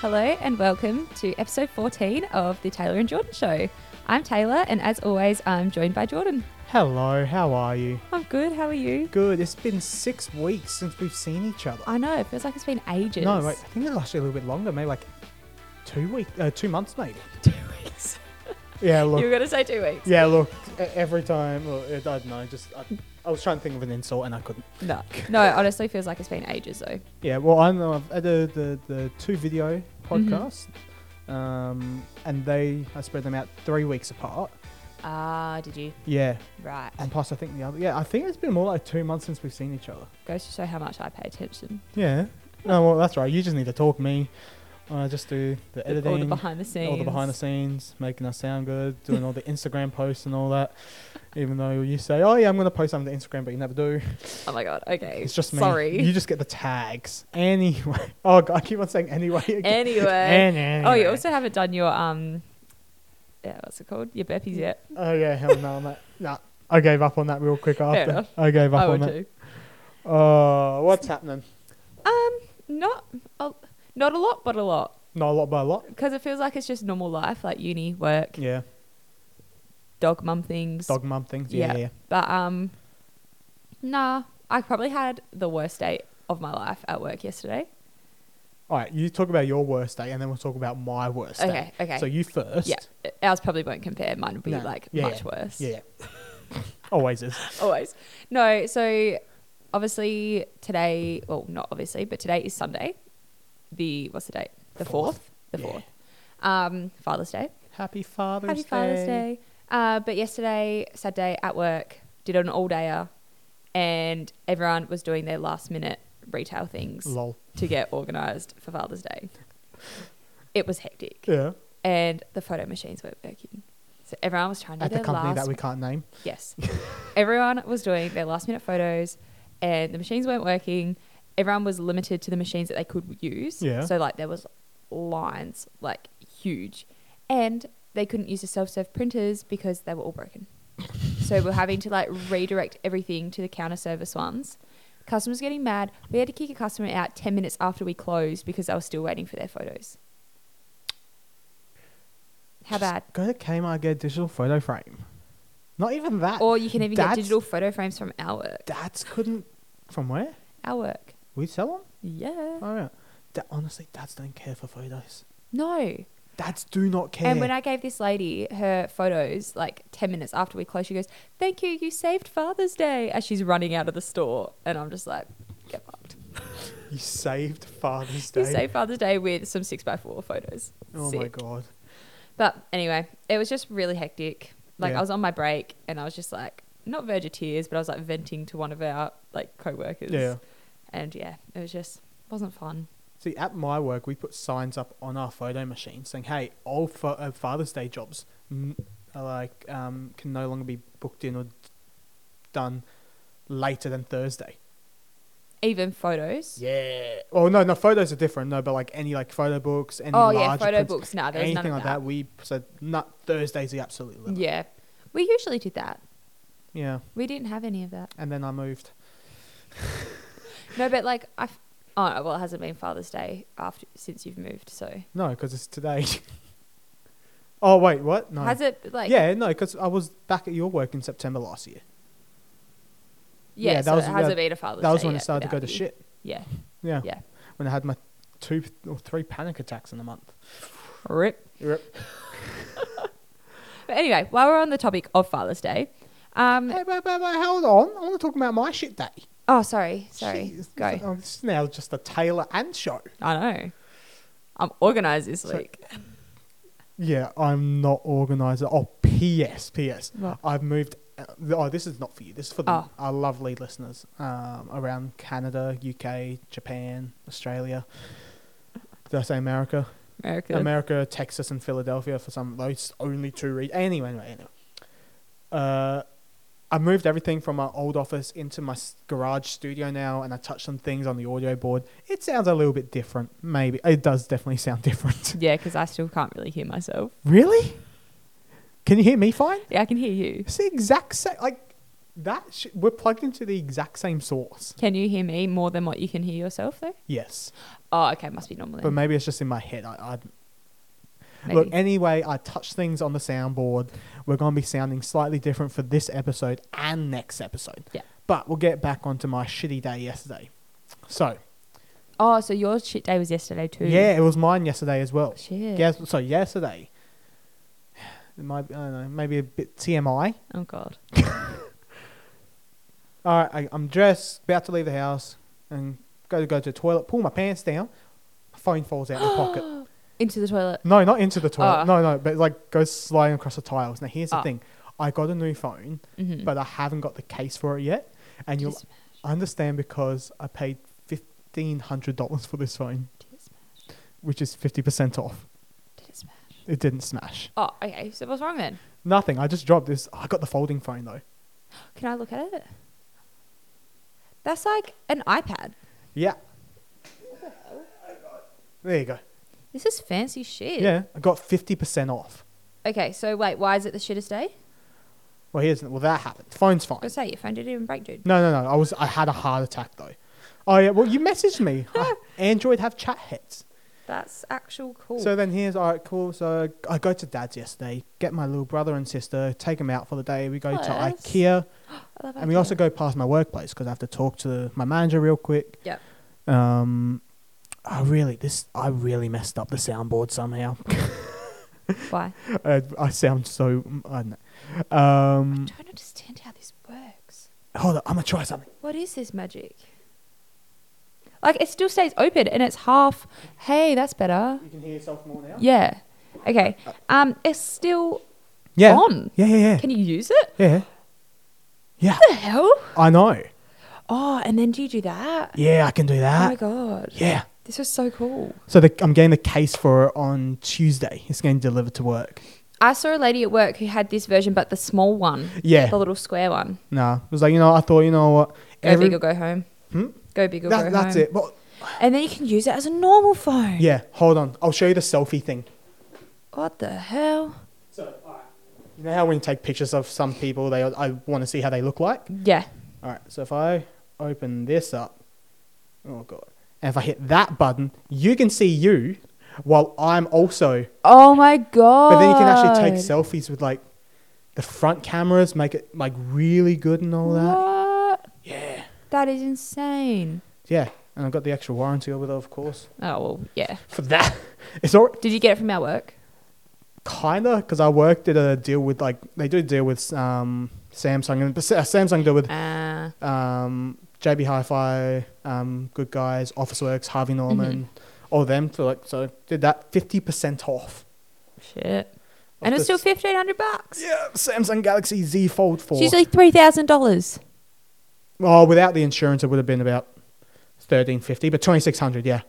Hello and welcome to episode 14 of the Taylor and Jordan Show. I'm Taylor, and as always, I'm joined by Jordan. Hello, how are you? I'm good. How are you? Good. It's been six weeks since we've seen each other. I know it feels like it's been ages. No, wait, I think it's actually a little bit longer, maybe like two weeks, uh, two months, maybe. two weeks. Yeah, You were look. gonna say two weeks? Yeah, look. e- Every time, look, it- I don't know. Just I, I was trying to think of an insult and I couldn't. No, no. it Honestly, feels like it's been ages though. Yeah, well, I know I've edited the the two video podcast, um, and they I spread them out three weeks apart. Ah, did you? Yeah, Right. and plus I think the other. Yeah, I think it's been more like two months since we've seen each other. Goes to show how much I pay attention. Yeah. No, well, that's right. You just need to talk me. I just do the The- editing, all the behind the scenes. all the behind the scenes, making us sound good, doing all the Instagram posts and all that. Even though you say, "Oh yeah, I'm gonna post something to Instagram," but you never do. Oh my god. Okay. It's just me. Sorry. You just get the tags anyway. Oh, God, I keep on saying anyway. Again. anyway. And Oh, you anyway. also haven't done your um. Yeah, what's it called? Your burpees yet? Oh yeah, hell no, mate. Nah, I gave up on that real quick after. enough. I gave up I on would that. too. Oh, what's happening? Not a, not a lot, but a lot. Not a lot, but a lot. Because it feels like it's just normal life, like uni, work, Yeah, dog, mum things. dog mum things. Yeah, Yeah. yeah. yeah. But um, nah, I probably had the worst day of my life at work yesterday. All right, you talk about your worst day, and then we'll talk about my worst day. Okay, okay. So you first. Yeah, ours probably won't compare. Mine would be No, like yeah, much worse. Yeah. yeah. Always is. always. No, so obviously today, well, not obviously, but today is Sunday. The what's the date? The Fourth. fourth. The Yeah. fourth. Um, Father's Day. Happy Father's Happy Father's Day. Uh, but yesterday, Saturday at work, did an all dayer, and everyone was doing their last minute retail things Lol. to get organised for Father's Day. It was hectic, Yeah. and the photo machines weren't working. So everyone was trying to At do their the company last that we can't name. Yes. Everyone was doing their last minute photos and the machines weren't working. Everyone was limited to the machines that they could use. Yeah. So like there was lines like huge. And they couldn't use the self-serve printers because they were all broken. so we're having to like redirect everything to the counter service ones. Customers getting mad. We had to kick a customer out 10 minutes after we closed because they were still waiting for their photos. How Just bad? Go to Kmart, get a digital photo frame. Not even that. Or you can even get That's- digital photo frames from our work. Dads couldn't. From where? Our work. We sell them? Yeah. Oh, yeah. Da- honestly, dads don't care for photos. No. Dads do not care. And when I gave this lady her photos, like 10 minutes after we closed, she goes, Thank you, you saved Father's Day. As she's running out of the store. And I'm just like, Get fucked. you saved Father's Day. You saved Father's Day with some 6x4 photos. oh, my Sick. God. But anyway, it was just really hectic. Like, Yeah. I was on my break and I was just like, not verge of tears, but I was like venting to one of our like co workers. Yeah. And yeah, it was just, wasn't fun. See, at my work, we put signs up on our photo machine saying, "Hey, all fa- uh, Father's Day jobs n- are like um, can no longer be booked in or d- done later than Thursday." Even photos. Yeah. Well, no, no, photos are different. No, but like any like photo books, any Oh, large yeah, photo prints, books. Nah, there was anything none of like that. that. We said not Thursday's the absolute limit. Yeah. We usually did that. yeah. We didn't have any of that. And then I moved. No, but like I, f- oh well, it hasn't been Father's Day after since you've moved, so No, because it's today. oh wait, what? No. has it like yeah, no, because I was back at your work in September last year. yeah, yeah, so that was- it hasn't that- been a Father's Day. that was when yet it started to go without to you. shit. Yeah, Yeah. yeah, When I had my two or three panic attacks in a month. rip. But anyway, while we're on the topic of Father's Day, um, Hey, but, but, but hold on. I want to talk about my shit day. oh sorry, sorry, Jeez. go. Oh, this is now just a Taylor and show. I know, I'm organized this So- week. Yeah, I'm not organizer. Oh, P.S. P.S. What? I've moved. uh, Oh, this is not for you. This is for the, Oh. our lovely listeners um, around Canada, UK, Japan, Australia. Did I say America? America, America, Texas, and Philadelphia for some those only two regions. Anyway, anyway, anyway. Uh, I moved everything from my old office into my s- garage studio now, and I touched some things on the audio board. It sounds a little bit different, maybe. It does definitely sound different. yeah, because I still can't really hear myself. really? Can you hear me fine? Yeah, I can hear you. It's the exact same. Like That sh- we're plugged into the exact same source. Can you hear me more than what you can hear yourself though? Yes, Oh, okay, must be normal. but then. maybe it's just in my head. I, I Maybe. look anyway. I touch things on the soundboard. We're gonna be sounding slightly different for this episode and next episode. Yeah. But we'll get back onto my shitty day yesterday. So oh, so your shit day was yesterday too. yeah, it was mine yesterday as well. Shit. Yes. So yesterday, it might be, I don't know, maybe a bit TMI. Oh god. All right, I, I'm dressed, about to leave the house, and go to go to the toilet. Pull my pants down. My phone falls out of my pocket. Into the toilet. No, not into the toilet. Ah. No, no, but like goes sliding across the tiles. Now here's the Ah. thing: I got a new phone, Mhm. but I haven't got the case for it yet. And you'll Just understand because I paid fifteen hundred dollars for this phone, Did it smash? which is fifty percent off. Did it smash? It didn't smash. Oh, okay. So what's wrong then? Nothing. I just dropped this. I got the folding phone though. Can I look at it? That's like an iPad. Yeah. There you go. This is fancy shit. Yeah, I got fifty percent off. Okay, so wait, why is it the shittest day? Well, here's well that happened. Phone's fine. I was gonna say your phone didn't even break, dude. No, no, no. I was I had a heart attack though. Oh yeah. Well, you messaged me. I- Android have chat heads. That's actual cool. So then here's all right, cool. So I go to dad's yesterday, get my little brother and sister, take them out for the day. We go to Nice. IKEA, I love and we IKEA. also go past my workplace because I have to talk to my manager real quick. Yep. Um, I really this I really messed up the soundboard somehow. Why? I, I sound so I don't know. Um, don't understand how this works. hold on, I'm gonna try something. What is this magic? Like it still stays open and it's half. Hey, that's better. You can hear yourself more now. Yeah. Okay. Um, it's still Yeah. on. Yeah, yeah, yeah. oh. Can you use it? yeah. Yeah, The hell? I know. Oh, and then do you do that? Yeah, I can do Oh that. my god. yeah. This was so cool. So the, I'm getting the case for it on Tuesday. It's getting delivered to work. I saw a lady at work who had this version, but the small one, Yeah. the little square one. Nah. It was like, you know, I thought, you know what? Go big or go home. Hmm? Go big or That- go that's home. it. Well, And then you can use it as a normal phone. yeah, hold on. I'll show you the selfie thing. What the hell? So, all right. You know how when you take pictures of some people, they I want to see how they look like? Yeah. All right, so if I open this up, oh god, and if I hit that button, you can see you while I'm also. Oh my god. But then you can actually take selfies with like the front cameras, make it like really good and all that. What? Yeah, That is insane. yeah, and I've got the extra warranty over there, of course, Oh well, yeah. for that. It's all Did you get it from our work? kinda because I worked at a deal with like they do deal with um Samsung and but Sa- Samsung deal with Uh, um, JB Hi-Fi, um, Good Guys, Officeworks, Harvey Norman, all them for like so did that fifty percent off. shit. And it's still the fifteen hundred bucks. Yeah, Samsung Galaxy Z Fold Four. It's usually three thousand dollars. well, without the insurance, it would have been about thirteen fifty, but twenty six hundred. Yeah.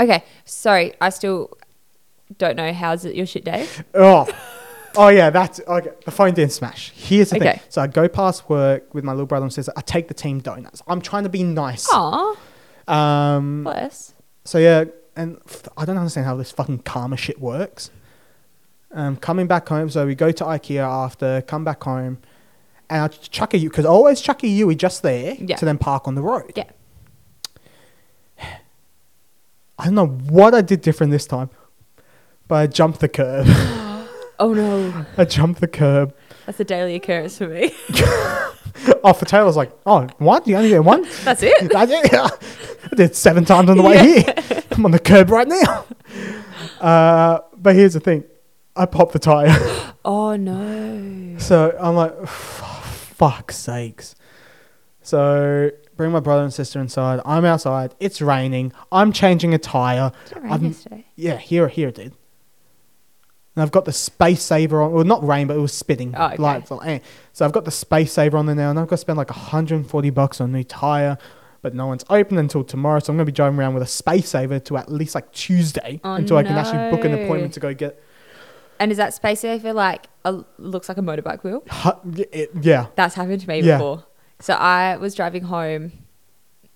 Okay, sorry, I still don't know how's it your shit day. Oh. Oh yeah, that's okay. The phone didn't smash. Here's the Okay. thing. So I go past work with my little brother and sister. I take the team donuts. I'm trying to be nice. Aw, Um, bless. So yeah, and f- I don't understand how this fucking karma shit works. Um, coming back home, so we go to IKEA after, come back home, and I ch- chuck a U because I always chuck a Yui just there Yeah. to then park on the road. Yeah. I don't know what I did different this time, but I jumped the curb. Oh no, I jumped the curb. that's a daily occurrence for me. Off the tail, I was like, oh, what? You only did one? That's it. I did, I did seven times on the way Yeah. here. I'm on the curb right now. Uh, but here's the thing I popped the tire. Oh no. so I'm like, "F- fuck's sakes. So bring my brother and sister inside. I'm outside. It's raining. I'm changing a tire. Did it rain I'm- yesterday? Yeah, here, here it did. And I've got the space saver on. Well, not rain, but it was spitting. Oh, okay. lights on. Eh. So I've got the space saver on there now, and I've got to spend like 140 bucks on a new tire, but no one's open until tomorrow. So I'm going to be driving around with a space saver to at least like Tuesday Oh, until I can actually book an no. appointment to go get. And is that space saver like a, looks like a motorbike wheel? hu- it- Yeah. That's happened to me Yeah. before. So I was driving home.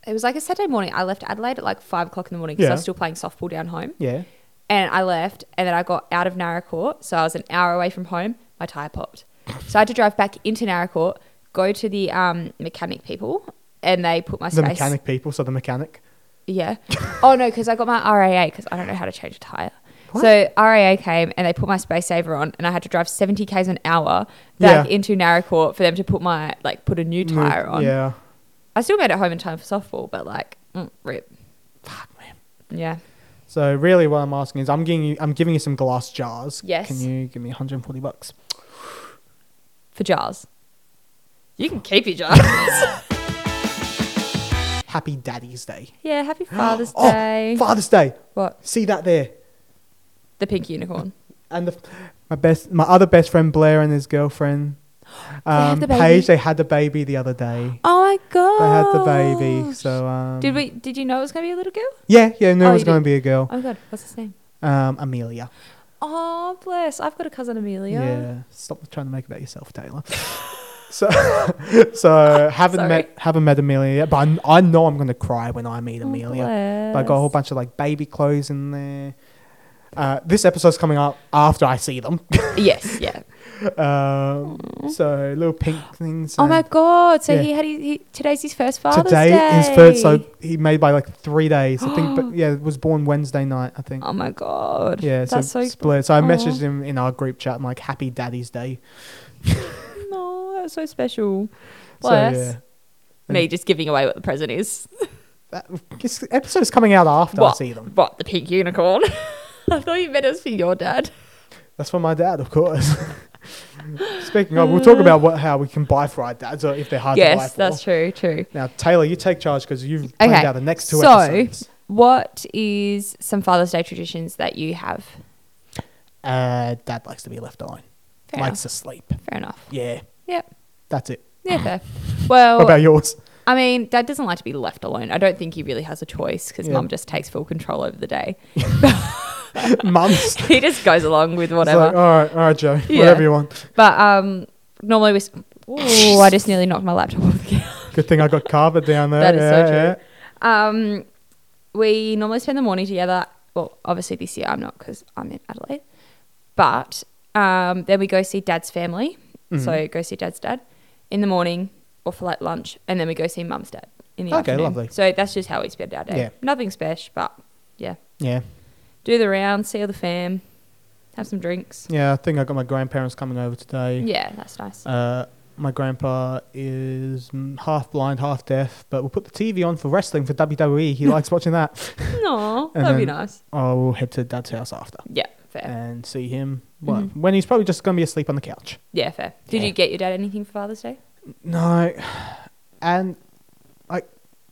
It was like a Saturday morning. I left Adelaide at like five o'clock in the morning because Yeah. I was still playing softball down home. Yeah. And I left, and then I got out of Narra Court. So I was an hour away from home. My tyre popped. So I had to drive back into Narra Court, go to the um, mechanic people and they put my The space. mechanic people, so the mechanic. Yeah. oh no, because I got my RAA because I don't know how to change a tire. What? So RAA came and they put my space saver on, and I had to drive seventy k's an hour back Yeah. into Narracourt for them to put my like put a new Mm, tire on. Yeah. I still made it home in time for softball, but like mm, rip. Fuck man. Yeah. So really, what I'm asking is, I'm giving you, I'm giving you some glass jars. Yes. Can you give me 140 bucks? For jars. You can keep your jars. Happy Daddy's Day. yeah. Happy Father's Oh, Day. Father's Day. what? See that there. The pink unicorn. and the, my best, my other best friend Blair and his girlfriend, had um, the baby? Paige. They had the baby the other day. Oh my They had god. the baby. So um, Oh, Did we? Did you know it was gonna be a little girl? Yeah, yeah. No, Oh, it was you going did. to be a girl. Oh my god. What's his name? Um, Amelia. Oh bless. I've got a cousin Amelia. Yeah. Stop trying to make it about yourself, Taylor. so, so haven't Sorry. met haven't met Amelia yet, but I, kn- I know I'm going to cry when I meet Oh, Amelia. bless. Like got a whole bunch of like baby clothes in there. Uh, this episode's coming up after I see them. yes, yeah. um, so little pink things. Oh and my god! So yeah. he had his, he, today's his first Father's today Day. Oh, his third. So he made by like three days. I think, but yeah, it was born Wednesday night. I think. Oh my god! yeah, so, that's so split. So I aw. messaged him in our group chat. I'm like, "Happy Daddy's Day." no, that's so special. So, Bless. yeah. Me just giving away what the present is. That, this episode's coming out after I What? see them. What the pink unicorn? I thought you meant it was for your dad. That's for my dad, of course. Speaking of, we'll talk about what how we can buy for our dads or if they're hard to buy yes, for. that's true. True. Now, Taylor, you take charge because you've planned Okay, out the next two so- episodes. What is some Father's Day traditions that you have? Uh, Dad likes to be left alone. Fair likes to sleep. enough. Fair enough. Yeah, Yep. Oh. that's it. Yeah, fair. Well, what about yours? I mean, dad doesn't like to be left alone. I don't think he really has a choice because Yeah. mum just takes full control over the day. Mums. he just goes along with It's whatever. like, oh. all right, all right, Joe. Yeah. Whatever you want. But um, normally we. s Ooh, I just nearly knocked my laptop off the couch. Good thing I got carpet down there. That is so yeah, true. yeah. Um, we normally spend the morning together. Well, obviously this year I'm not because I'm in Adelaide. But um, then we go see Dad's family. Mm. Mm-hmm. So go see Dad's dad in the morning or for like lunch, and then we go see Mum's dad in the Okay, afternoon. lovely. So that's just how we spend our day. Yeah. Nothing special, but yeah, Yeah, do the round, see all the fam, have some drinks. yeah. I think I got my grandparents coming over today. Yeah, that's nice. Uh, my grandpa is mm, half blind, half deaf, but we'll put the TV on for wrestling for WWE. He likes watching that. No, and that'd be then- nice. I will head to dad's house after Yeah, Mm-hmm. fair. and see him well, when he's probably just going to be asleep on the couch. Yeah, fair. Did Yeah. you get your dad anything for Father's Day? No, and I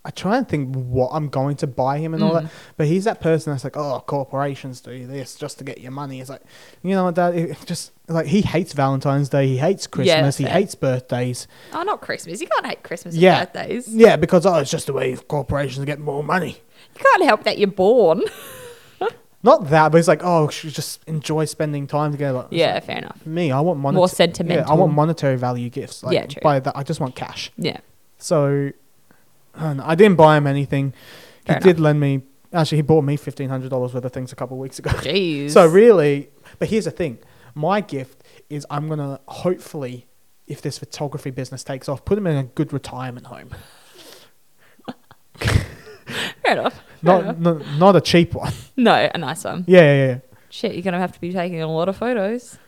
I try and think what I'm going to buy him and all Mm. that, but he's that person that's like, oh, corporations do this just to get your money. It's like, you know what, Dad? It just like he hates Valentine's Day, he hates Christmas, he fair. hates birthdays. Oh, not Christmas. You can't hate Christmas and Yeah. birthdays. Yeah, because oh, it's just a way of corporations get more money. You can't help that you're born. Not that, but it's like, oh, should we just enjoy spending time together. It's yeah, like, fair enough. me, I want monetary. More Yeah, I sentimental. want monetary value gifts. Like, Yeah, true. By that, I just want cash. Yeah. So I, don't know, I didn't buy him anything. Fair he enough. did lend me. Actually, he bought me fifteen hundred dollars worth of things a couple of weeks ago. Jeez. so really, but here's the thing: my gift is I'm gonna hopefully, if this photography business takes off, put him in a good retirement home. fair enough. Not, not not a cheap one. No, a nice one. Yeah, yeah, yeah. Shit, you're gonna have to be taking a lot of photos.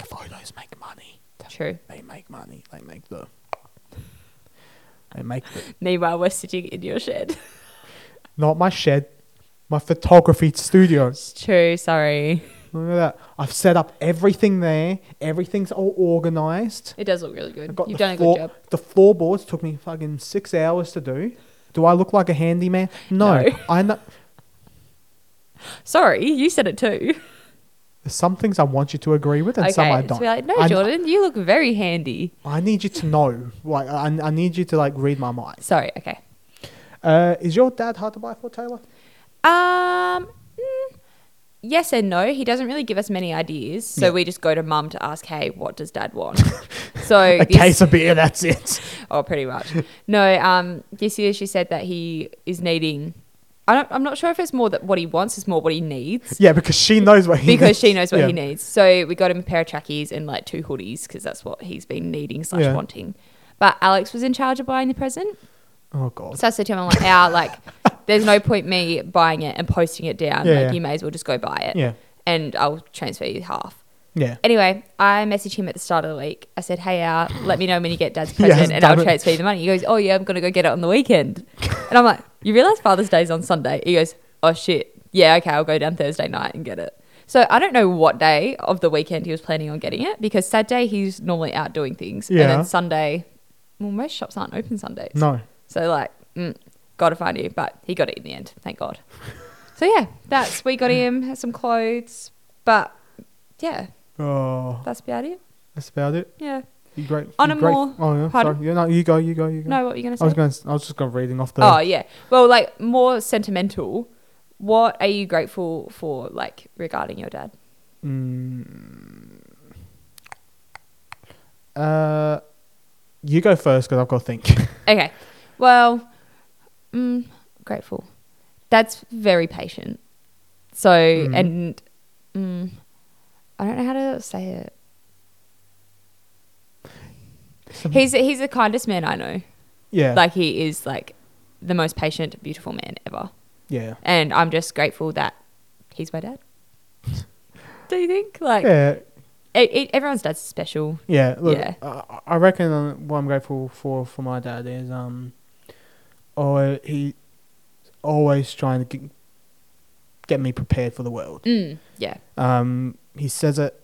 Photos make money. True. They make money. They make the. They make the. Meanwhile, we're sitting in your shed. Not my shed, my photography studio. It's true. Sorry. Look at that. I've set up everything there. Everything's all organized. It does look really good. I've got You've the done floor- a good job. The floorboards took me fucking six hours to do. Do I look like a handyman? No. No. I know. Sorry, you said it too. There's some things I want you to agree with and okay. some I so don't. we're like, no, I, Jordan, you look very handy. I need you to know. Like, I, I need you to like read my mind. Sorry. Okay. Uh, is your dad hard to buy for, Taylor? Um, mm, yes and no. He doesn't really give us many ideas, so Yeah. we just go to mum to ask, "Hey, what does Dad want?" so A this, case of beer. That's it. oh, pretty much. No, um, this year she said that he is needing. I don't, I'm not sure if it's more that what he wants is more what he needs Yeah, because she knows what he. because needs. she knows what yeah. he needs. So we got him a pair of trackies and like two hoodies because that's what he's been needing slash Yeah. wanting. But Alex was in charge of buying the present. Oh god. So I said to him, I'm like, Al, like, there's no point me buying it and posting it down. Yeah, like, yeah. you may as well just go buy it. Yeah. And I'll transfer you half. Yeah. Anyway, I messaged him at the start of the week. I said, "Hey, Al, let me know when you get Dad's He present, hasn't and I'll done it. transfer you the money." He goes, "Oh yeah, I'm gonna go get it on the weekend," and I'm like, "You realize Father's Day's on Sunday?" He goes, "Oh shit, yeah, okay, I'll go down Thursday night and get it." So I don't know what day of the weekend he was planning on getting it because Saturday he's normally out doing things, and Yeah. then Sunday, well, most shops aren't open Sundays, No. so like, mm, gotta find you. But he got it in the end, thank God. so yeah, that's we got him had some clothes, but yeah, Oh, that's about it. that's about it. Yeah. You great. On you a great- more- Oh yeah. pardon? Sorry. Yeah, no, you go. You go. You go. No, what were you going I to was say? going. I was just going reading off the. Oh, yeah. Well, like more sentimental. What are you grateful for, like regarding your dad? Mm. Uh, you go first because I've got to think. Okay. Well, mm, grateful. Dad's very patient. So, Mhm. and mm, I don't know how to say it. He's he's the kindest man I know. yeah. Like he is like the most patient, beautiful man ever. yeah. And I'm just grateful that he's my dad. Do you think? Like yeah. it, it, everyone's dad's special. Yeah. Look, Yeah. I, I reckon uh, what I'm grateful for for my dad is um, oh he, always trying to get, get me prepared for the world. Mm, yeah. Um, he says it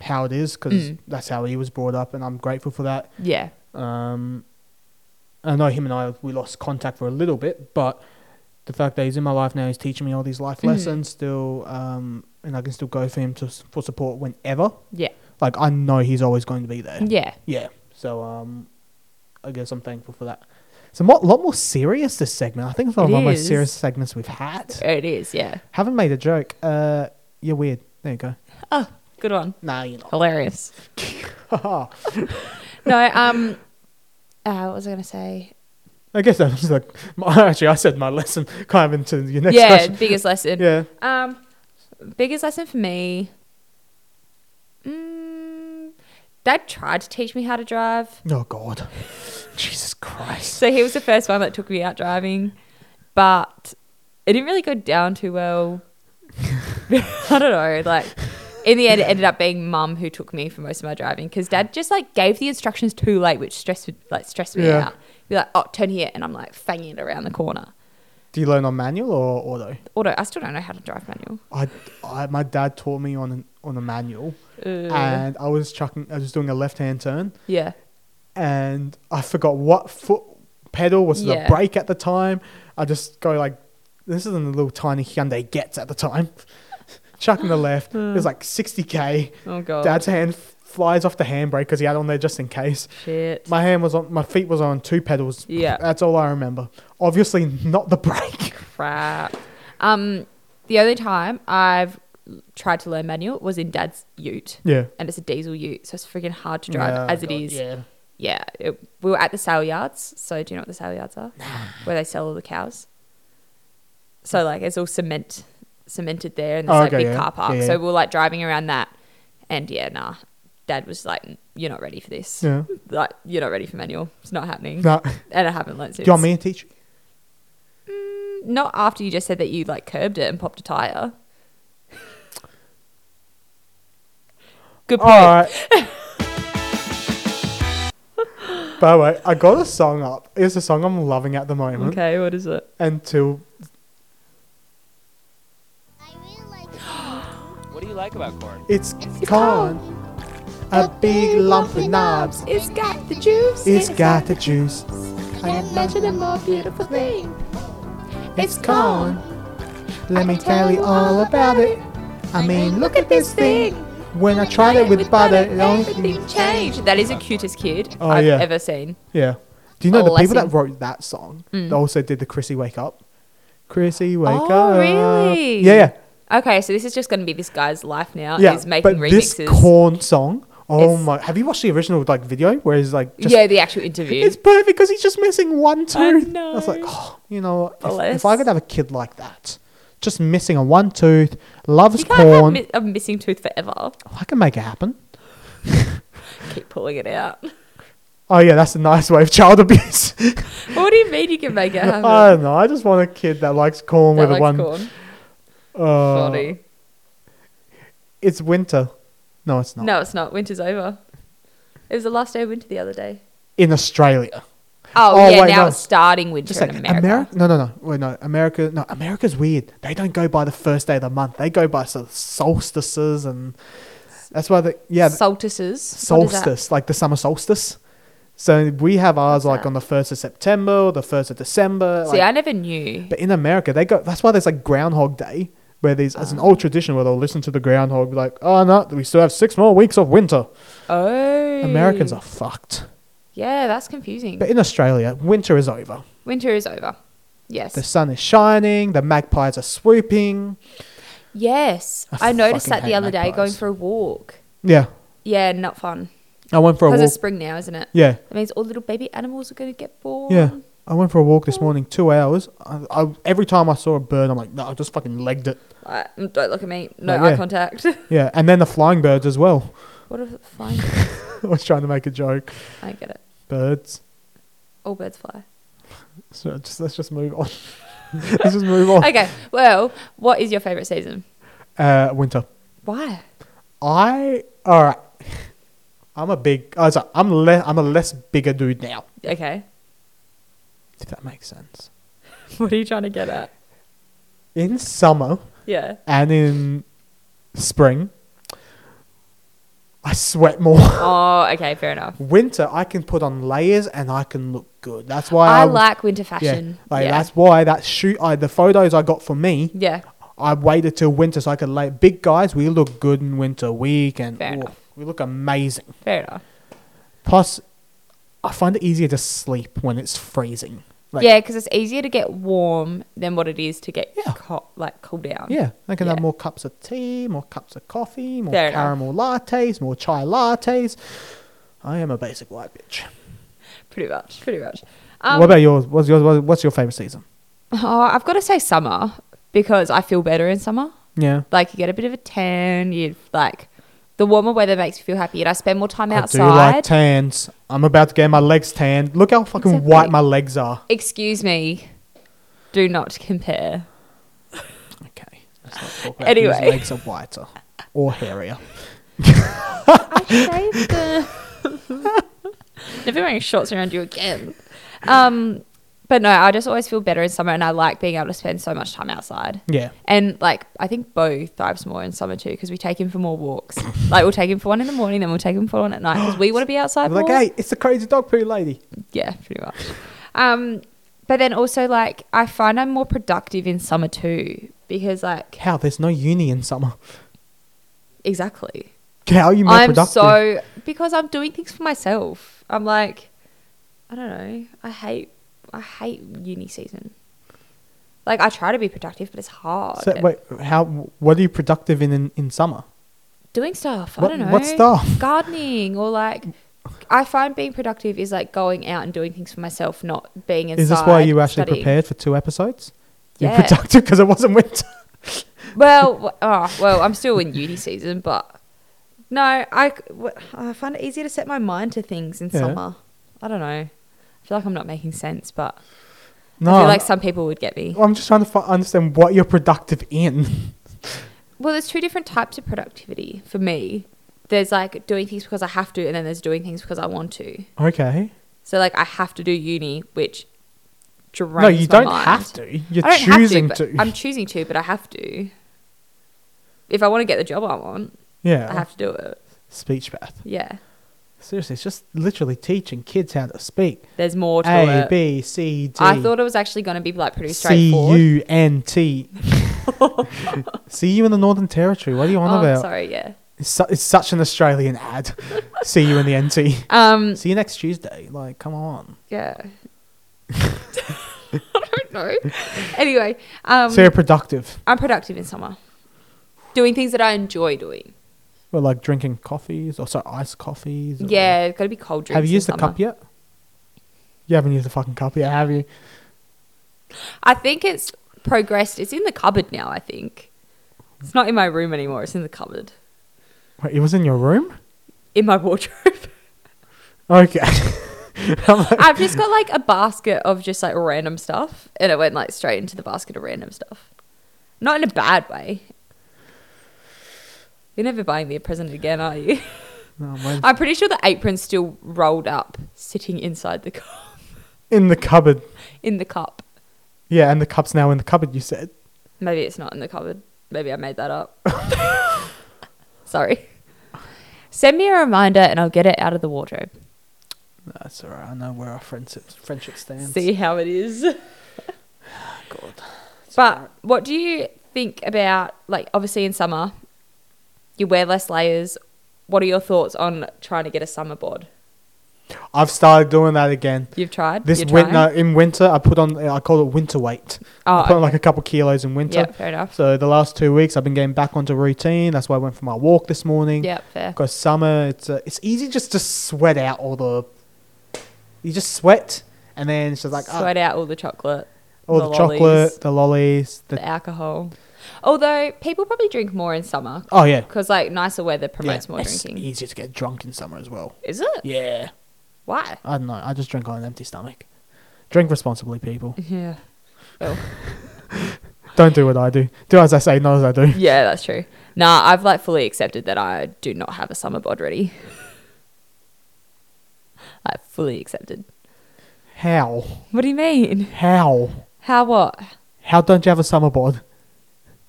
how it is because Mm. that's how he was brought up, and I'm grateful for that. Yeah. Um, I know him and I we lost contact for a little bit, but the fact that he's in my life now, he's teaching me all these life Mhm. lessons still, um, and I can still go for him to s- for support whenever. Yeah. Like I know he's always going to be there. Yeah. Yeah. So um, I guess I'm thankful for that. It's a mo- lot more serious this segment. I think it's one It of the most is. serious segments we've had. It is, yeah. Haven't made a joke. Uh, you're weird. There you go. Oh, good one. Nah, you're not. Hilarious. No, um uh, what was I gonna say? I guess that was like my, actually I said my lesson kind of into your next yeah, question. biggest lesson. Yeah. Um biggest lesson for me. Mm, Dad tried to teach me how to drive. Oh God, Jesus Christ! So he was the first one that took me out driving, but it didn't really go down too well. I don't know. Like, in the end, it ended up being mum who took me for most of my driving because dad just like gave the instructions too late, which stressed like stressed me Yeah. out. Be like, oh, turn here, and I'm like fanging it around the corner. Do you learn on manual or auto? Although I still don't know how to drive manual. I, I my dad taught me on an, on a manual, Uh, and I was chucking. I was doing a left hand turn, yeah, and I forgot what foot pedal was Yeah. the brake at the time. I just go like, this isn't a little tiny Hyundai gets at the time. chucking the left, it was like sixty k. Hmm. oh god, Dad's hand f- flies off the handbrake because he had it on there just in case. shit, My hand was on, my feet was on two pedals. Yeah. that's all I remember. Obviously, not the brake. crap. Um, the only time I've tried to learn manual was in dad's Ute. Yeah. and it's a diesel ute, so it's freaking hard to drive Yeah, as it God, is. Yeah, Yeah. it, we were at the sale yards, so do you know what the sale yards are? Where they sell all the cows. So like it's all cement, cemented there, and there's Oh, like okay, big yeah. car park. Yeah, yeah. So we we're like driving around that, and yeah, nah. Dad was like, "You're not ready for this. Yeah. Like, you're not ready for manual. It's not happening." No. Do And I haven't learned since. you want me to teach? you? Not after you just said that you like curbed it and popped a tire. Good point. All right. By the way, I got a song up. It's a song I'm loving at the moment. Okay, what is it? Until I really like What do you like about corn? it's, It's gone. A big lump with knobs. It's got the juice. It's got the juice. Can't imagine a more beautiful thing. It's gone. Let me tell you all about it. I mean, look at this thing. When I tried it with butter, it only. Everything changed. That is the cutest kid Oh, I've yeah. ever seen. Yeah. Do you know Oh, the people bless him. that wrote that song? They also did the Chrissy Wake Up. Chrissy Wake Oh, Up. really? Yeah, yeah. Okay, so this is just going to be this guy's life now. yeah. He's making but remixes. this corn song. Oh It's- my! Have you watched the original like video where he's like, just, yeah, the actual interview. it's perfect because he's just missing one tooth. I was know. like, oh, you know, what? if, if Bless. I could have a kid like that, just missing a one tooth, loves You can't have corn, mi- a missing tooth forever. I can make it happen. Keep pulling it out. I Oh yeah, that's a nice way of child abuse. what do you mean you can make it happen? I don't know. I just want a kid that likes corn that with likes a one. corn. Uh, Sorry. It's winter. No, it's not. No, it's not. Winter's over. It was the last day of winter the other day. In Australia. Oh, Oh, yeah, wait, now no. it's starting winter Just in like America. America. No, no, no. Wait, no. America. No, America's weird. They don't go by the first day of the month. They go by sol- solstices and that's why the yeah the Solstices. What is that? solstice like the summer solstice. So we have ours What's like that? on the first of September or the first of December. See, like- I never knew. but in America, they go. That's why there's like Groundhog Day, where there's as an Ah. old tradition where they'll listen to the groundhog, be like, "Oh no, we still have six more weeks of winter." Oh. Americans are fucked. Yeah, that's confusing. But in Australia, winter is over. Winter is over. Yes. The sun is shining. The magpies are swooping. yes. I I noticed fucking that the hate other day going magpies. for a walk. Yeah, Yeah, not fun. I went for a Because walk. it's spring now, isn't it? Yeah, That means all little baby animals are going to get born. yeah. I went for a walk this morning, two hours. I, I, every time I saw a bird, I'm like, no, I just fucking legged it. Like, mm, don't look at me. No Like, eye yeah. contact. Yeah, and then the flying birds as well. what if fine? I was trying to make a joke. I get it. Birds. All birds fly. So just, let's just move on. let's just move on. Okay. Well, what is your favorite season? Uh, winter. Why? I all right. I'm a big. I was like, I'm le- I'm a less bigger dude now. Okay. If that makes sense. What are you trying to get at? In summer Yeah. and in spring, I sweat more. Oh, okay. Fair enough. Winter, I can put on layers and I can look good. That's why I I, like winter Yeah, fashion. Yeah. like that's why that shoot. I the photos I got for me. yeah. I waited till winter so I could lay. Big guys, we look good in winter. We can. Fair enough. we look amazing. Fair enough. Plus, I find it easier to sleep when it's freezing. Like, Yeah, 'cause it's easier to get warm than what it is to get Yeah. co- like cool down. Yeah, they can Yeah. have more cups of tea, more cups of coffee, more Fair enough. caramel lattes, more chai lattes. I am a basic white bitch. Pretty much. Pretty much. Um, what about yours? What's yours? What's your favorite season? oh, I've got to say summer because I feel better in summer. Yeah, Like you get a bit of a tan. You like the warmer weather makes you feel happy, and I spend more time outside. I do like tans. I'm about to get my legs tanned. Look how fucking Exactly. white my legs are. Excuse me. Do not compare. Okay, let's not talk about whose Anyway. legs are whiter or hairier. I shaved them. Never wearing shorts around you again. Um, but no, I just always feel better in summer, and I like being able to spend so much time outside. Yeah, And like, I think Bo thrives more in summer too because we take him for more walks. like, we'll take him for one in the morning, then we'll take him for one at night because we want to be outside. I'm like, more. hey, it's the crazy dog poo lady. Yeah, pretty much. Um, but then also like, I find I'm more productive in summer too because like, Cow, there's no uni in summer. exactly. Cow, you more I'm productive. so because I'm doing things for myself. I'm like, I don't know. I hate I hate uni season. Like I try to be productive, but it's hard. So, wait, how? What are you productive in in, in summer? doing stuff. What- I don't know. what stuff? Gardening or like. I find being productive is like going out and doing things for myself, not being inside. Is this why you actually studying. prepared for two episodes? Yeah. You're productive because it wasn't winter. Well, w- oh, well, I'm still in uni season, but no, I, c- w- I find it easier to set my mind to things in Yeah. summer. I don't know. I feel like I'm not making sense, but No, I feel like some people would get me. I'm just trying to fi- understand what you're productive in. Well, there's two different types of productivity for me. There's like doing things because I have to, and then there's doing things because I want to. Okay. So like I have to do uni, which drains no, my you don't mind. have to. You're I don't choosing have to. to, but I'm choosing to, but I have to. If I want to get the job I want, yeah. I have to do it. Speech path. Yeah. Seriously, it's just literally teaching kids how to speak. There's more to A it. B C D. I thought it was actually going to be like pretty C straightforward. U N T. See you in the Northern Territory. What are you on oh, about? sorry, yeah. It's, su- it's such an Australian ad. See you in the NT. Um, See you next Tuesday. Like, come on. yeah. I don't know. Anyway, um, so you're productive. I'm productive in summer, doing things that I enjoy doing. Well, like drinking coffees or so iced coffees. or- Yeah, got to be cold drinks. Have you in used the summer. cup yet? You haven't used the fucking cup yet, have you? I think it's progressed. It's in the cupboard now. I think it's not in my room anymore. It's in the cupboard Wait, it was in your room? in my wardrobe. Okay. I'm like, I've just got like a basket of just like random stuff, and it went like straight into the basket of random stuff. Not in a bad way. You're never buying me a present again, are you? no, I'm waiting- I'm pretty sure the apron's still rolled up, sitting inside the cup, in the cupboard. in the cup. Yeah, and the cup's now in the cupboard. You said. Maybe it's not in the cupboard. Maybe I made that up. Sorry. Send me a reminder, and I'll get it out of the wardrobe. That's alright. I know where our friendship friendship stands. See how it is. God. It's But alright. what do you think about like obviously in summer you wear less layers. What are your thoughts on trying to get a summer board? I've started doing that again. You've tried? This You're winter, trying? in winter, I put on. I call it winter weight. Oh, I put on okay. like a couple kilos in winter. yeah, fair enough. So the last two weeks, I've been getting back onto routine. That's why I went for my walk this morning. Yeah, fair. Because summer, it's uh, it's easy just to sweat out all the. You just sweat, and then it's just like ah, Sweat out all the chocolate, all the the, chocolate, lollies. the lollies, the, the alcohol. Although people probably drink more in summer oh yeah, because like nicer weather promotes yeah. more it's drinking. easier to get drunk in summer as well. Is it? Yeah, Why? I don't know. I just drink on an empty stomach. Drink responsibly, people. Yeah. Well, Don't do what I do. Do as I say, not as I do. yeah, that's true. Nah, I've like fully accepted that I do not have a summer bod ready. I fully accepted. How? What do you mean? How? How what? How don't you have a summer board?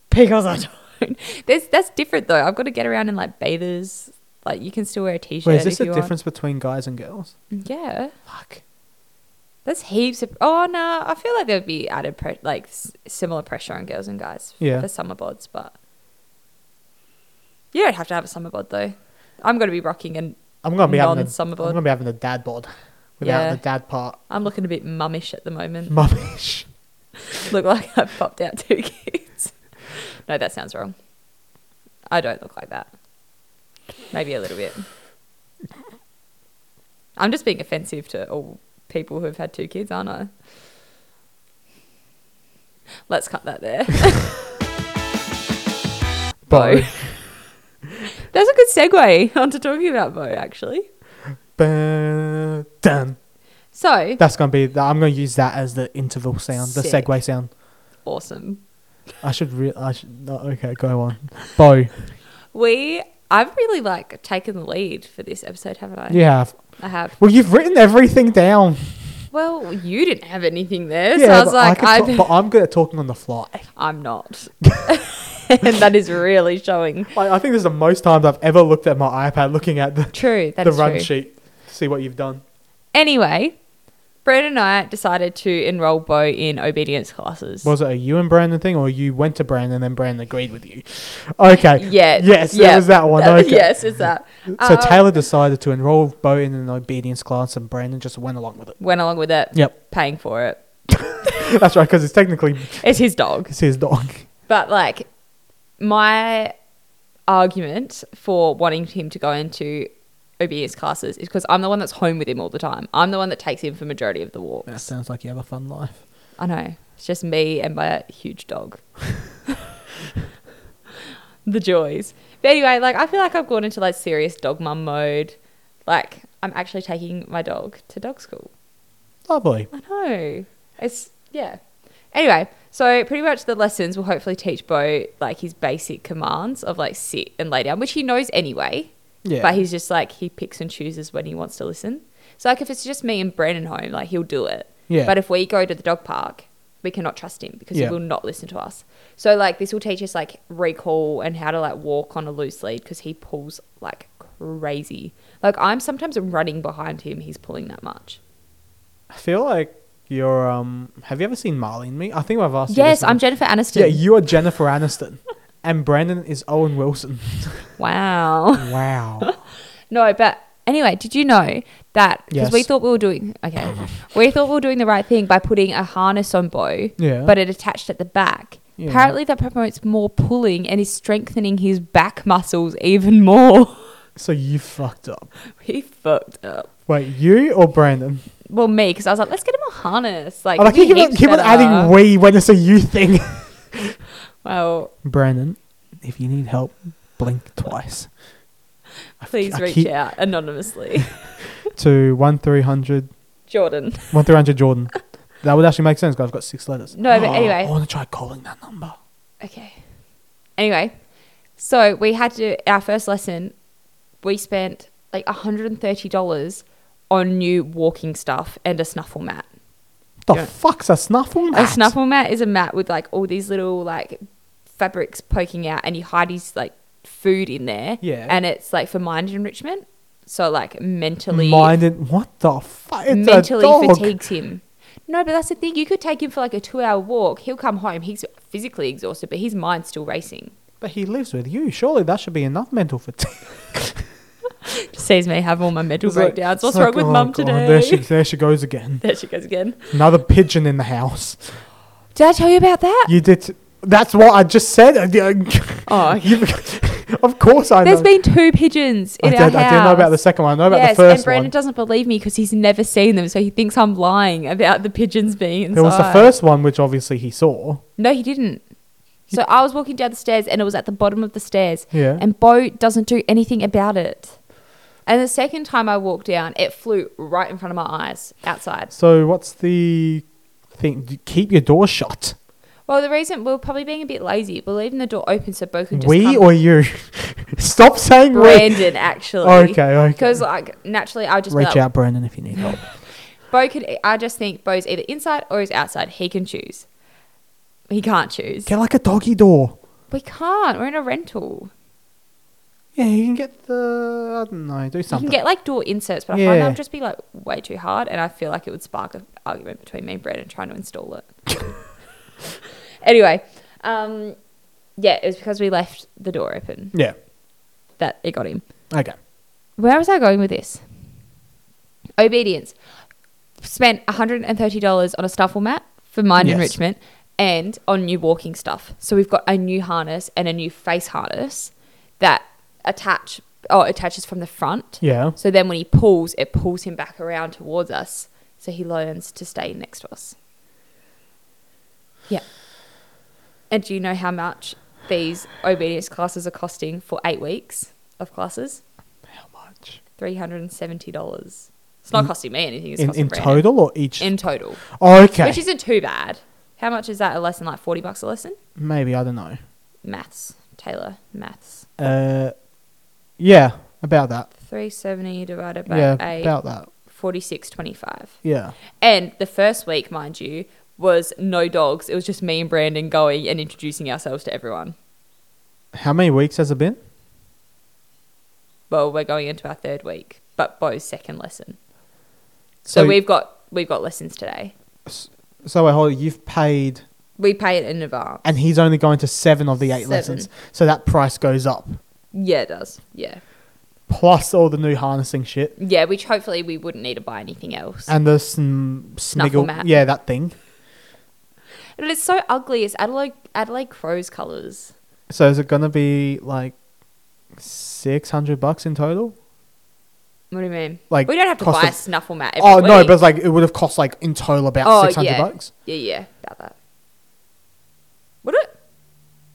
Because I don't. There's, that's different though. I've got to get around in like bathers. Like you can still wear a t-shirt. Wait, is this if the you difference between guys and girls? Want. Yeah, Fuck. there's heaps of. Oh no, I feel like there'd be added pre- like s- similar pressure on girls and guys. Yeah. For summer bods, but you don't have to have a summer bod though. I'm gonna be rocking and I'm gonna be having a, Non-summer I'm bod. gonna be having a dad bod without Yeah. the dad part. I'm looking a bit mummish at the moment. Mummish. look like I've popped out two kids. no, that sounds wrong. I don't look like that. Maybe a little bit. I'm just being offensive to all people who have had two kids, aren't I? Let's cut that there. Bo. That's a good segue onto talking about Bo, actually. Ba- dun. So That's gonna be. The, I'm gonna use that as the interval sound, the Sick. segue sound. awesome. I should. Re- I should. No, okay, go on. Bo. We, I've really like taken the lead for this episode, haven't I? Yeah. I have. Well, you've written everything down. Well, you didn't have anything there, so yeah, I was but like, can I talk- but I'm good at talking on the fly. I'm not. and that is really showing. Like, I think this is the most times I've ever looked at my iPad, looking at the True, that the is run true. sheet to see what you've done. Anyway, Brandon and I decided to enroll Bo in obedience classes. Was it a you and Brandon thing, or you went to Brandon and then Brandon agreed with you? Okay. yeah. Yes, it yeah. was that one. That- okay. Yes, it's that. So Um, Taylor decided to enroll Bo in an obedience class, and Brandon just went along with it. went along with it, Yep, paying for it. that's right, because it's technically It's his dog. it's his dog. But like my argument for wanting him to go into obedience classes is because I'm the one that's home with him all the time. I'm the one that takes him for majority of the walks. sounds like you have a fun life. I know. It's just me and my huge dog. the joys. But anyway, like I feel like I've gone into like serious dog mum mode. Like I'm actually taking my dog to dog school. Lovely. I know. It's yeah. Anyway, so pretty much the lessons will hopefully teach Bo like his basic commands of like sit and lay down, which he knows anyway. Yeah. But he's just like he picks and chooses when he wants to listen. So like if it's just me and Brennan home, like he'll do it. Yeah. But if we go to the dog park, we cannot trust him because Yeah. he will not listen to us. So like this will teach us like recall and how to like walk on a loose lead because he pulls like crazy. Like I'm sometimes running behind him, he's pulling that much. I feel like you're. Um, have you ever seen Marlene? Me? I think I've asked. you Yes, this I'm before. Jennifer Aniston. Yeah, you are Jennifer Aniston, and Brandon is Owen Wilson. wow. wow. No, but anyway, did you know that because we Yes. thought we were doing okay, we thought we were doing the right thing by putting a harness on Bo, Yeah. but it attached at the back. Yeah. Apparently, that promotes more pulling and is strengthening his back muscles even more. So you fucked up. he fucked up. Wait, you or Brandon? Well, me, because I was like, let's get him a harness. Like, I Oh, like it'd you be keep, on- heaps keep on better. adding we when it's a you thing. Well, Brandon, if you need help, blink twice. please I reach keep- out anonymously. to one three hundred Jordan. One three hundred Jordan. That would actually make sense because I've got six letters. Oh, No, but anyway. I want to try calling that number. Okay. Anyway, so we had to our first lesson. We spent like hundred and thirty dollars on new walking stuff and a snuffle mat. The Yeah. fuck's a snuffle mat? A snuffle mat is a mat with like all these little like fabrics poking out, and you hide his like food in there. Yeah. And it's like for mind enrichment, so like mentally Minded. What the fuck? It's a mentally dog. fatigues him. No, but that's the thing. You could take him for like a two-hour walk. He'll come home. He's physically exhausted, but his mind's still racing. But he lives with you. Surely that should be enough mental fatigue. sees me have all my mental It's like- breakdowns. What's it's wrong like, with oh mum God, today? There she, there she goes again. There she goes again. Another pigeon in the house. Did I tell you about that? You did. That's what I just said. I did- Oh, okay. You- of course I There's know. been two pigeons I in did, our I house. didn't know about the second one. I know about yes, the first and Brandon one. doesn't believe me because he's never seen them, so he thinks I'm lying about the pigeons being inside. There was the first one, which obviously he saw. No, he didn't. So I was walking down the stairs, and it was at the bottom of the stairs. Yeah. And Bo doesn't do anything about it. And the second time I walked down, it flew right in front of my eyes outside. So what's the thing? D- Keep your door shut. Well, the reason we are probably being a bit lazy, we're leaving the door open so Bo can just We come or you? Stop saying we. Brandon actually. Okay, okay. Because like naturally, I'll just be Reach like, out, Brandon, if you need help. Bo could. I just think Bo's either inside or he's outside. He can choose. He can't choose. Get like a doggy door. we can't. We're in a rental. Yeah, you can get the. I don't know. Do something. You can get like door inserts, but I find that Yeah. would just be like way too hard, and I feel like it would spark an argument between me and Brandon trying to install it. anyway, um, yeah, it was because we left the door open yeah. that it got him. Okay. Where was I going with this? Obedience. Spent $130 on a stuffle mat for mind Yes. enrichment and on new walking stuff. So we've got a new harness and a new face harness that attach or attaches from the front. Yeah. So then when he pulls, it pulls him back around towards us so he learns to stay next to us. Yeah. And do you know how much these obedience classes are costing for 8 weeks of classes? How much? three hundred and seventy dollars. It's not costing me anything. It's In, costing in Brandon. total or each? In total, oh, okay. which isn't too bad. How much is that a lesson? Like forty bucks a lesson? Maybe I don't know. Maths, Taylor, maths. Uh, yeah, about that. Three seventy divided by yeah, eight, about that. forty-six twenty-five. Yeah. And the first week, mind you, was no dogs. It was just me and Brandon going and introducing ourselves to everyone. How many weeks has it been? Well, we're going into our third week, but Bo's second lesson. So, So- we've got we've got lessons today. S- So wait, hold. on, You've paid, We pay it in advance. and he's only going to seven of the eight Seven. lessons. So that price goes up, yeah, it does. Yeah. plus all the new harnessing shit Yeah, which hopefully we wouldn't need to buy anything else. and the sn- sniggle. mat. Yeah, that thing. but it's so ugly. It's Adelaide Adelaide Crow's colours. So is it gonna be like six hundred bucks in total? What do you mean? Like, we don't have to cost buy a of- snuffle mat. Every Oh no, week. but it's like it would have cost like in total about Oh, six hundred yeah. bucks. yeah, yeah, about that. Would it?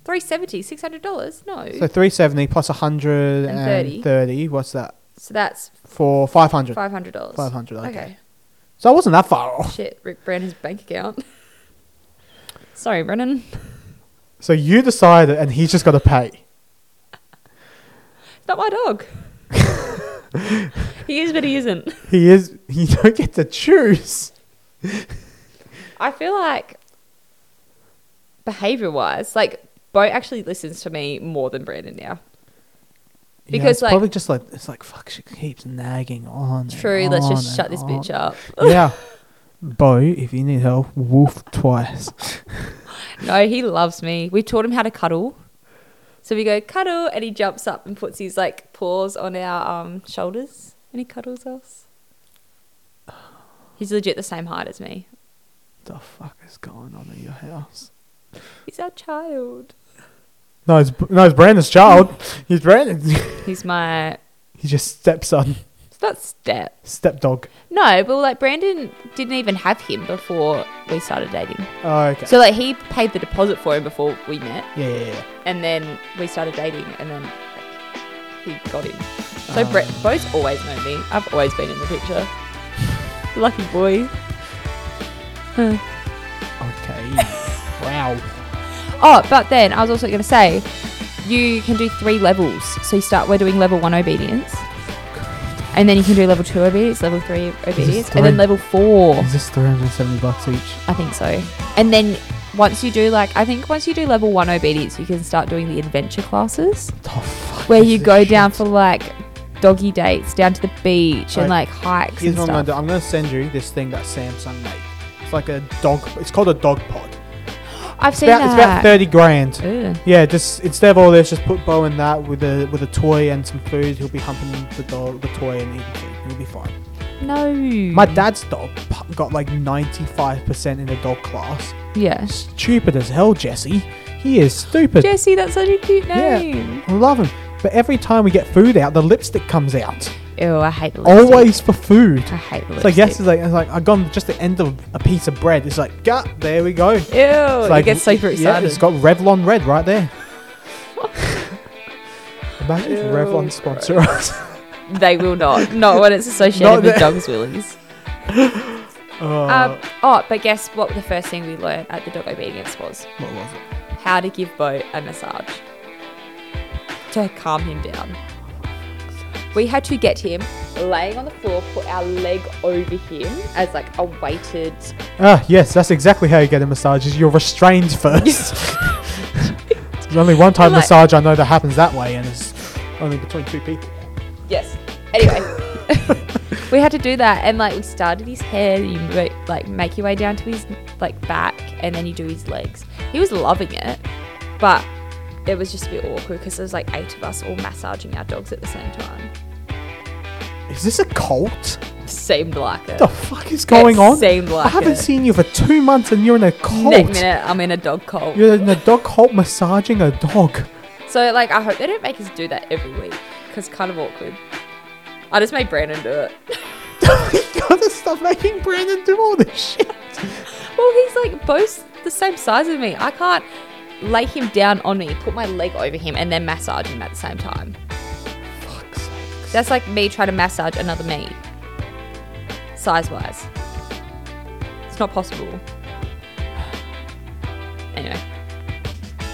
Three seventy, six hundred dollars? No. So So, three seventy plus a hundred And thirty. and thirty. What's that that's for five hundred? five hundred dollars. Five hundred. Okay. Okay. So I wasn't that far off. Shit, Rick Brandon's bank account. Sorry, Brennan. So you decided, and he's just got to pay. Not my dog. he is, but he isn't. He is. You don't get to choose. I feel like behavior wise, like Bo actually listens to me more than Brandon now. Yeah, Because, it's like- probably just like it's like fuck. She keeps nagging on. and True, let's on just shut and this on. bitch up. yeah, Bo, if you need help, wolf twice. No, he loves me. We taught him how to cuddle. So we go cuddle and he jumps up and puts his like paws on our um, shoulders and he cuddles us. He's legit the same height as me. the fuck is going on in your house? He's our child. No, it's no, it's Brandon's child. He's Brandon. He's my he's just stepson, it's not step. stepdog. No, but like Brandon didn't even have him before we started dating. Oh, okay. So like he paid the deposit for him before we met, yeah, yeah, yeah. and then we started dating, and then like, he got him. So Um. Brett, Bo's always known me. I've always been in the picture. Lucky boy. Huh. Okay. wow. Oh, but then I was also going to say, you can do three levels. So you start. We're doing level one obedience, and then you can do level two obedience, level three obedience, and three? then level four. Is this 370 bucks each? I think so. And then once you do like, I think once you do level one obedience, you can start doing the adventure classes Oh, fuck where is you this go shit? down for like doggy dates down to the beach and like Right. hikes Here's and what I'm gonna stuff. do. I'm gonna send you this thing that Samsung made. It's like a dog. It's called a dog pod. I've It's seen about, it's about that. thirty grand. Ugh. Yeah, just instead of all this, just put Bo in that with a with a toy and some food. He'll be humping the dog, the toy, and eating food. He'll be fine. No. My dad's dog pu- got like ninety five percent in the dog class. Yeah. Stupid as hell, Jesse. He is stupid. Jesse, that's such a cute Yeah. name. I love him. But every time we get food out, the lipstick comes out. Ew, I hate the lipstick. Always for food. I hate the So lipstick. yes, it's like it's like I gone just the end of a piece of bread. It's like, gut, there we go. Ew, It's it like, gets super excited. Yeah, it's got Revlon red right there. Imagine if Ew, Revlon gross. sponsor us. they will not. Not when it's associated Not with the- dogs' willies. Uh, Um, oh, but guess what the first thing we learned at the dog obedience was? what was it? How to give Bo a massage to calm him down. We had to get him laying on the floor, put our leg over him as like a weighted. Ah, yes, that's exactly how you get a massage. Is you're restrained first. There's only one type of Like- massage I know that happens that way, and it's only between two people. Yes. Anyway, we had to do that, and like we started his head. You mo- like make your way down to his like back, and then you do his legs. He was loving it, but it was just a bit awkward because there was like eight of us all massaging our dogs at the same time. Is this a cult? Seemed like it. What the fuck is going on? Seemed like I haven't it. seen you for two months, and you're in a cult. Next minute, I'm in a dog cult. You're in a dog cult massaging a dog. So like, I hope they don't make us do that every week because kind of awkward. I just made Brandon do it. you gotta stop making Brandon do all this shit. Well, he's like both the same size as me. I can't lay him down on me, put my leg over him, and then massage him at the same time. Fuck's sakes. That's like me trying to massage another me, size wise. It's not possible. Anyway,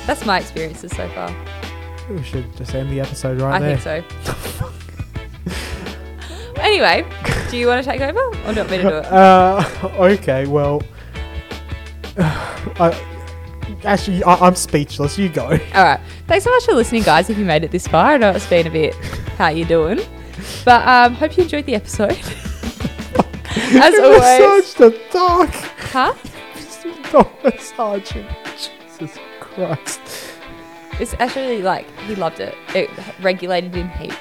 that's my experiences so far. We should just end the episode I right there. think so. anyway, do you want to take over or do you want me to do it? Uh, okay, well, I, actually, I, I'm speechless. You go. All right. Thanks so much for listening, guys. If you made it this far, I know it's been a bit how you doing, but um, hope you enjoyed the episode. As You always, massaged the dog. huh? Dog massaging. Jesus Christ. It's actually like he loved it. It regulated him heaps.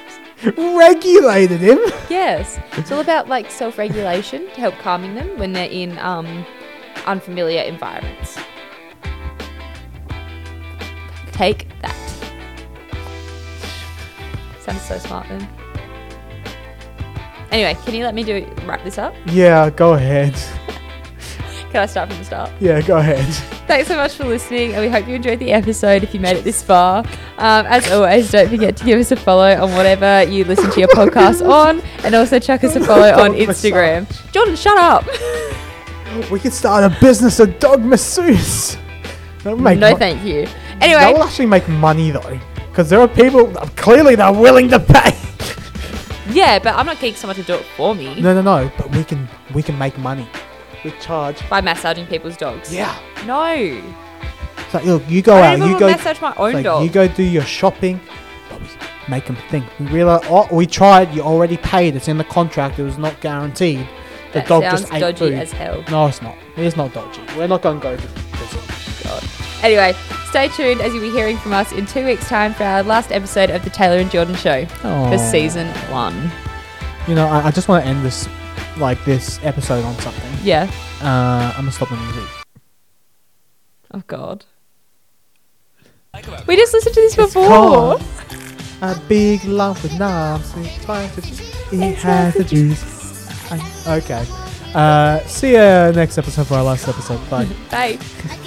Regulated him. Yes, it's all about like self-regulation to help calming them when they're in um, unfamiliar environments. Take that. Sounds so smart then. Anyway, can you let me do wrap this up? Yeah, go ahead. Can I start from the start? Yeah, go ahead. Thanks so much for listening, and we hope you enjoyed the episode if you made it this far. Um, as always, don't forget to give us a follow on whatever you listen to your podcast on, and also chuck us a follow on Dog Instagram. Jordan, shut up! We could start a business of dog masseuse. That'd make no, mo- thank you. That will Anyway, actually make money though, because there are people clearly they're willing to pay. yeah, but I'm not getting someone to do it for me No, no, no. But we can we can make money. We charge. by massaging people's dogs. Yeah. No, It's like look, you go I out, don't you even go, it's massage my own like, dog. you go do your shopping. but we Make them think. We realize, oh, we tried. You already paid. It's in the contract. It was not guaranteed. The that dog sounds just ate dodgy food. as hell. no, it's not. It's not dodgy. We're not going to go to prison. God. Anyway, stay tuned as you'll be hearing from us in two weeks' time for our last episode of the Taylor and Jordan Show Aw. for season one. You know, I, I just want to end this, like this episode on something. Yeah. Uh, I'm gonna stop the music. Oh God. Like about We just listened to this before. Called A big lump with knobs. It tries to it has the juice. I- Okay. Uh, see you next episode for our last episode. Bye. Bye. I can